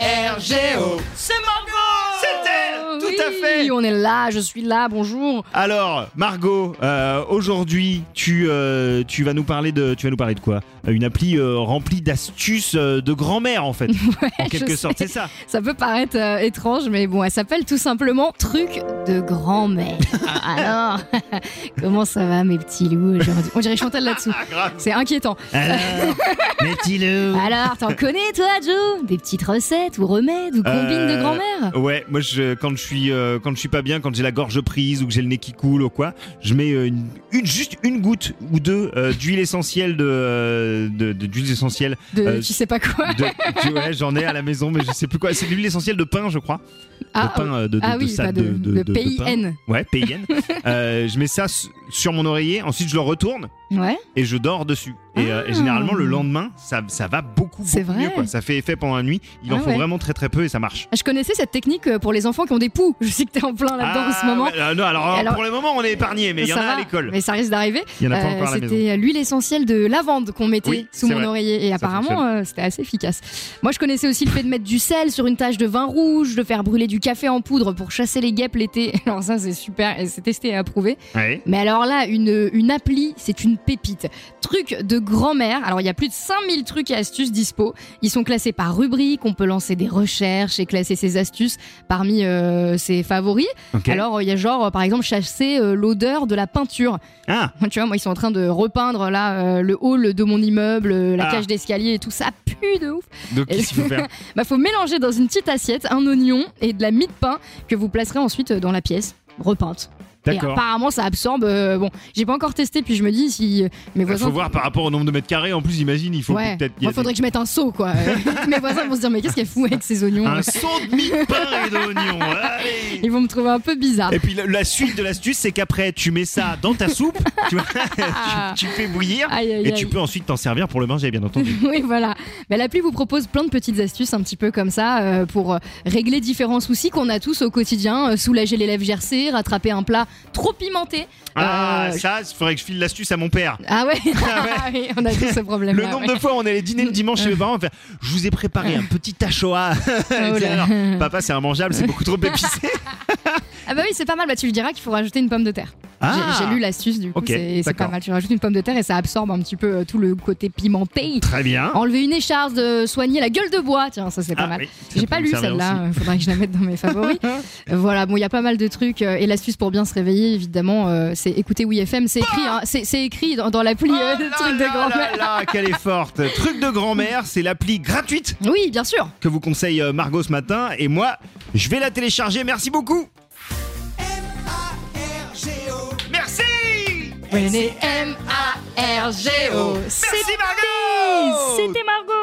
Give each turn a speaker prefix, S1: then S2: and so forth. S1: S-E-M-A-R-G-O.
S2: C'est Margot
S1: C'est elle Tout à fait
S3: Oh, Oui, on est là, je suis là, bonjour.
S1: Alors, Margot, euh, aujourd'hui, tu, euh, tu vas nous parler de, tu vas nous parler de quoi Une appli euh, remplie d'astuces euh, de grand-mère, en fait, en
S3: je
S1: quelque
S3: sais.
S1: sorte, c'est ça.
S3: Ça peut paraître euh, étrange, mais bon, elle s'appelle tout simplement Truc de grand-mère. Ah, Alors, comment ça va mes petits loups aujourd'hui On dirait Chantal là-dessous. C'est inquiétant.
S1: Alors, mes petits loups.
S3: Alors, t'en connais toi, Joe Des petites recettes ou remèdes ou combines
S1: Euh,
S3: de grand-mère
S1: Ouais, moi je, quand je suis euh, quand je suis pas bien, quand j'ai la gorge prise ou que j'ai le nez qui coule ou quoi, je mets euh, une, une- juste une goutte ou deux euh, d'huile essentielle de euh, de- de- d'huile essentielle.
S3: De
S1: euh,
S3: tu sais pas quoi
S1: de- de- ouais, j'en ai à la maison, mais je sais plus quoi. C'est de l'huile essentielle de pain, je crois.
S3: Ah,
S1: de pain, euh, de, de,
S3: ah
S1: de
S3: oui,
S1: ça,
S3: pas de,
S1: de- de- de-
S3: de
S1: de pain.
S3: PIN.
S1: Ouais, PIN. Euh, je mets ça su- sur mon oreiller, ensuite je le retourne
S3: Ouais.
S1: et je dors dessus. Et, euh, et généralement, le lendemain, ça, ça va beaucoup,
S3: Ah. C'est
S1: beaucoup
S3: vrai.
S1: mieux. Quoi. Ça fait effet pendant la nuit. Il en
S3: Ah
S1: faut
S3: ouais.
S1: vraiment très très peu et ça marche.
S3: Ah, Je connaissais cette technique euh, pour les enfants qui ont des poux. Je sais que t'es en plein là-dedans en ce
S1: Ah,
S3: moment.
S1: ouais, euh, non, alors, euh,
S3: Alors-
S1: pour le moment, on est épargné, mais il y en
S3: Ça
S1: a à
S3: va,
S1: l'école.
S3: Mais ça risque d'arriver.
S1: Il y en a pas
S3: Euh,
S1: encore à la maison.
S3: c'était l'huile essentielle de lavande qu'on mettait
S1: Oui,
S3: sous
S1: c'est
S3: mon
S1: vrai.
S3: oreiller et
S1: Ça
S3: apparemment
S1: fonctionne.
S3: euh, c'était assez efficace. Moi je connaissais aussi le fait de mettre du sel sur une tache de vin rouge, de faire brûler du café en poudre pour chasser les guêpes l'été. Alors ça c'est super et c'est testé et approuvé.
S1: Ouais.
S3: Mais alors là, une, une appli, c'est une pépite. Truc de grand-mère. Alors, il y a plus de 5000 trucs et astuces dispo. Ils sont classés par rubrique. On peut lancer des recherches et classer ses astuces parmi euh, ses favoris.
S1: Ok.
S3: Alors, il y a genre, euh, par exemple, chasser euh, l'odeur de la peinture.
S1: Ah,
S3: Tu vois, moi, ils sont en train de repeindre là euh, le hall de mon immeuble, euh, la
S1: Ah.
S3: cage d'escalier et tout. Ça pue de ouf.
S1: donc qu'est-ce qu'il faut faire
S3: Bah, faut mélanger dans une petite assiette un oignon et de la mie de pain que vous placerez ensuite euh, dans la pièce repeinte. Et
S1: D'accord.
S3: apparemment, ça absorbe. euh, bon, j'ai pas encore testé, puis je me dis si euh, mes
S1: Il
S3: voisins.
S1: Bah, faut voir par rapport au nombre de mètres carrés. En plus, imagine, il faut
S3: ouais.
S1: peut-être. il y a
S3: Moi, faudrait que je mette un seau, quoi. Euh, mes voisins vont se dire, mais qu'est-ce qu'elle fout avec ces
S1: des-
S3: oignons
S1: Un saut de mie de pain et d'oignon. Allez
S3: Ils vont me trouver un peu bizarre.
S1: Et puis la, la suite de l'astuce, c'est qu'après, tu mets ça dans ta soupe, tu, vois, tu, tu fais bouillir,
S3: Aïe, aïe,
S1: et tu
S3: aïe.
S1: peux ensuite t'en servir pour le manger, bien entendu.
S3: Oui, voilà. Mais l'appli vous propose plein de petites astuces un petit peu comme ça euh, pour euh, régler différents soucis qu'on a tous au quotidien. Euh, soulager les lèvres gercées, rattraper un plat trop pimenté.
S1: Ah,
S3: Euh,
S1: ça, il faudrait que je file l'astuce à mon père.
S3: Ah ouais,
S1: Ah ouais.
S3: Ah oui, on a tous ce problème.
S1: Le nombre de fois où on allait dîner le dimanche chez mes parents, on fait, je vous ai préparé un petit tachoa.
S3: Oh là.
S1: papa, c'est immangeable, c'est beaucoup trop épicé.
S3: Ah bah oui, c'est pas mal. Bah, tu lui diras qu'il faut rajouter une pomme de terre.
S1: Ah.
S3: J'ai j'ai lu l'astuce du coup,
S1: Ok,
S3: c'est- c'est
S1: d'accord.
S3: pas mal. Tu rajoutes une pomme de terre et ça absorbe un petit peu euh, tout le côté pimenté.
S1: Très bien.
S3: Enlever une écharpe, de soigner la gueule de bois, tiens, ça c'est pas
S1: Ah,
S3: mal.
S1: oui, ça
S3: J'ai
S1: peut
S3: pas
S1: me
S3: lu
S1: servir
S3: celle-là, euh, faudrait que je la mette dans mes favoris. Euh, voilà, bon, il y a pas mal de trucs. euh, Et l'astuce pour bien se réveiller, évidemment, euh, c'est écouter oui FM. C'est écrit, hein, c'est c'est écrit dans, dans l'appli
S1: aussi.
S3: euh,
S1: Oh là
S3: truc de
S1: là
S3: grand-mère.
S1: là là, qu'elle est forte. Truc de grand-mère, c'est l'appli gratuite
S3: Oui, bien sûr.
S1: que vous conseille euh, Margot ce matin. Et moi, je vais la télécharger. Merci beaucoup. Merci
S3: M-A-R-G-O.
S1: Merci Margot
S3: C'était Margot.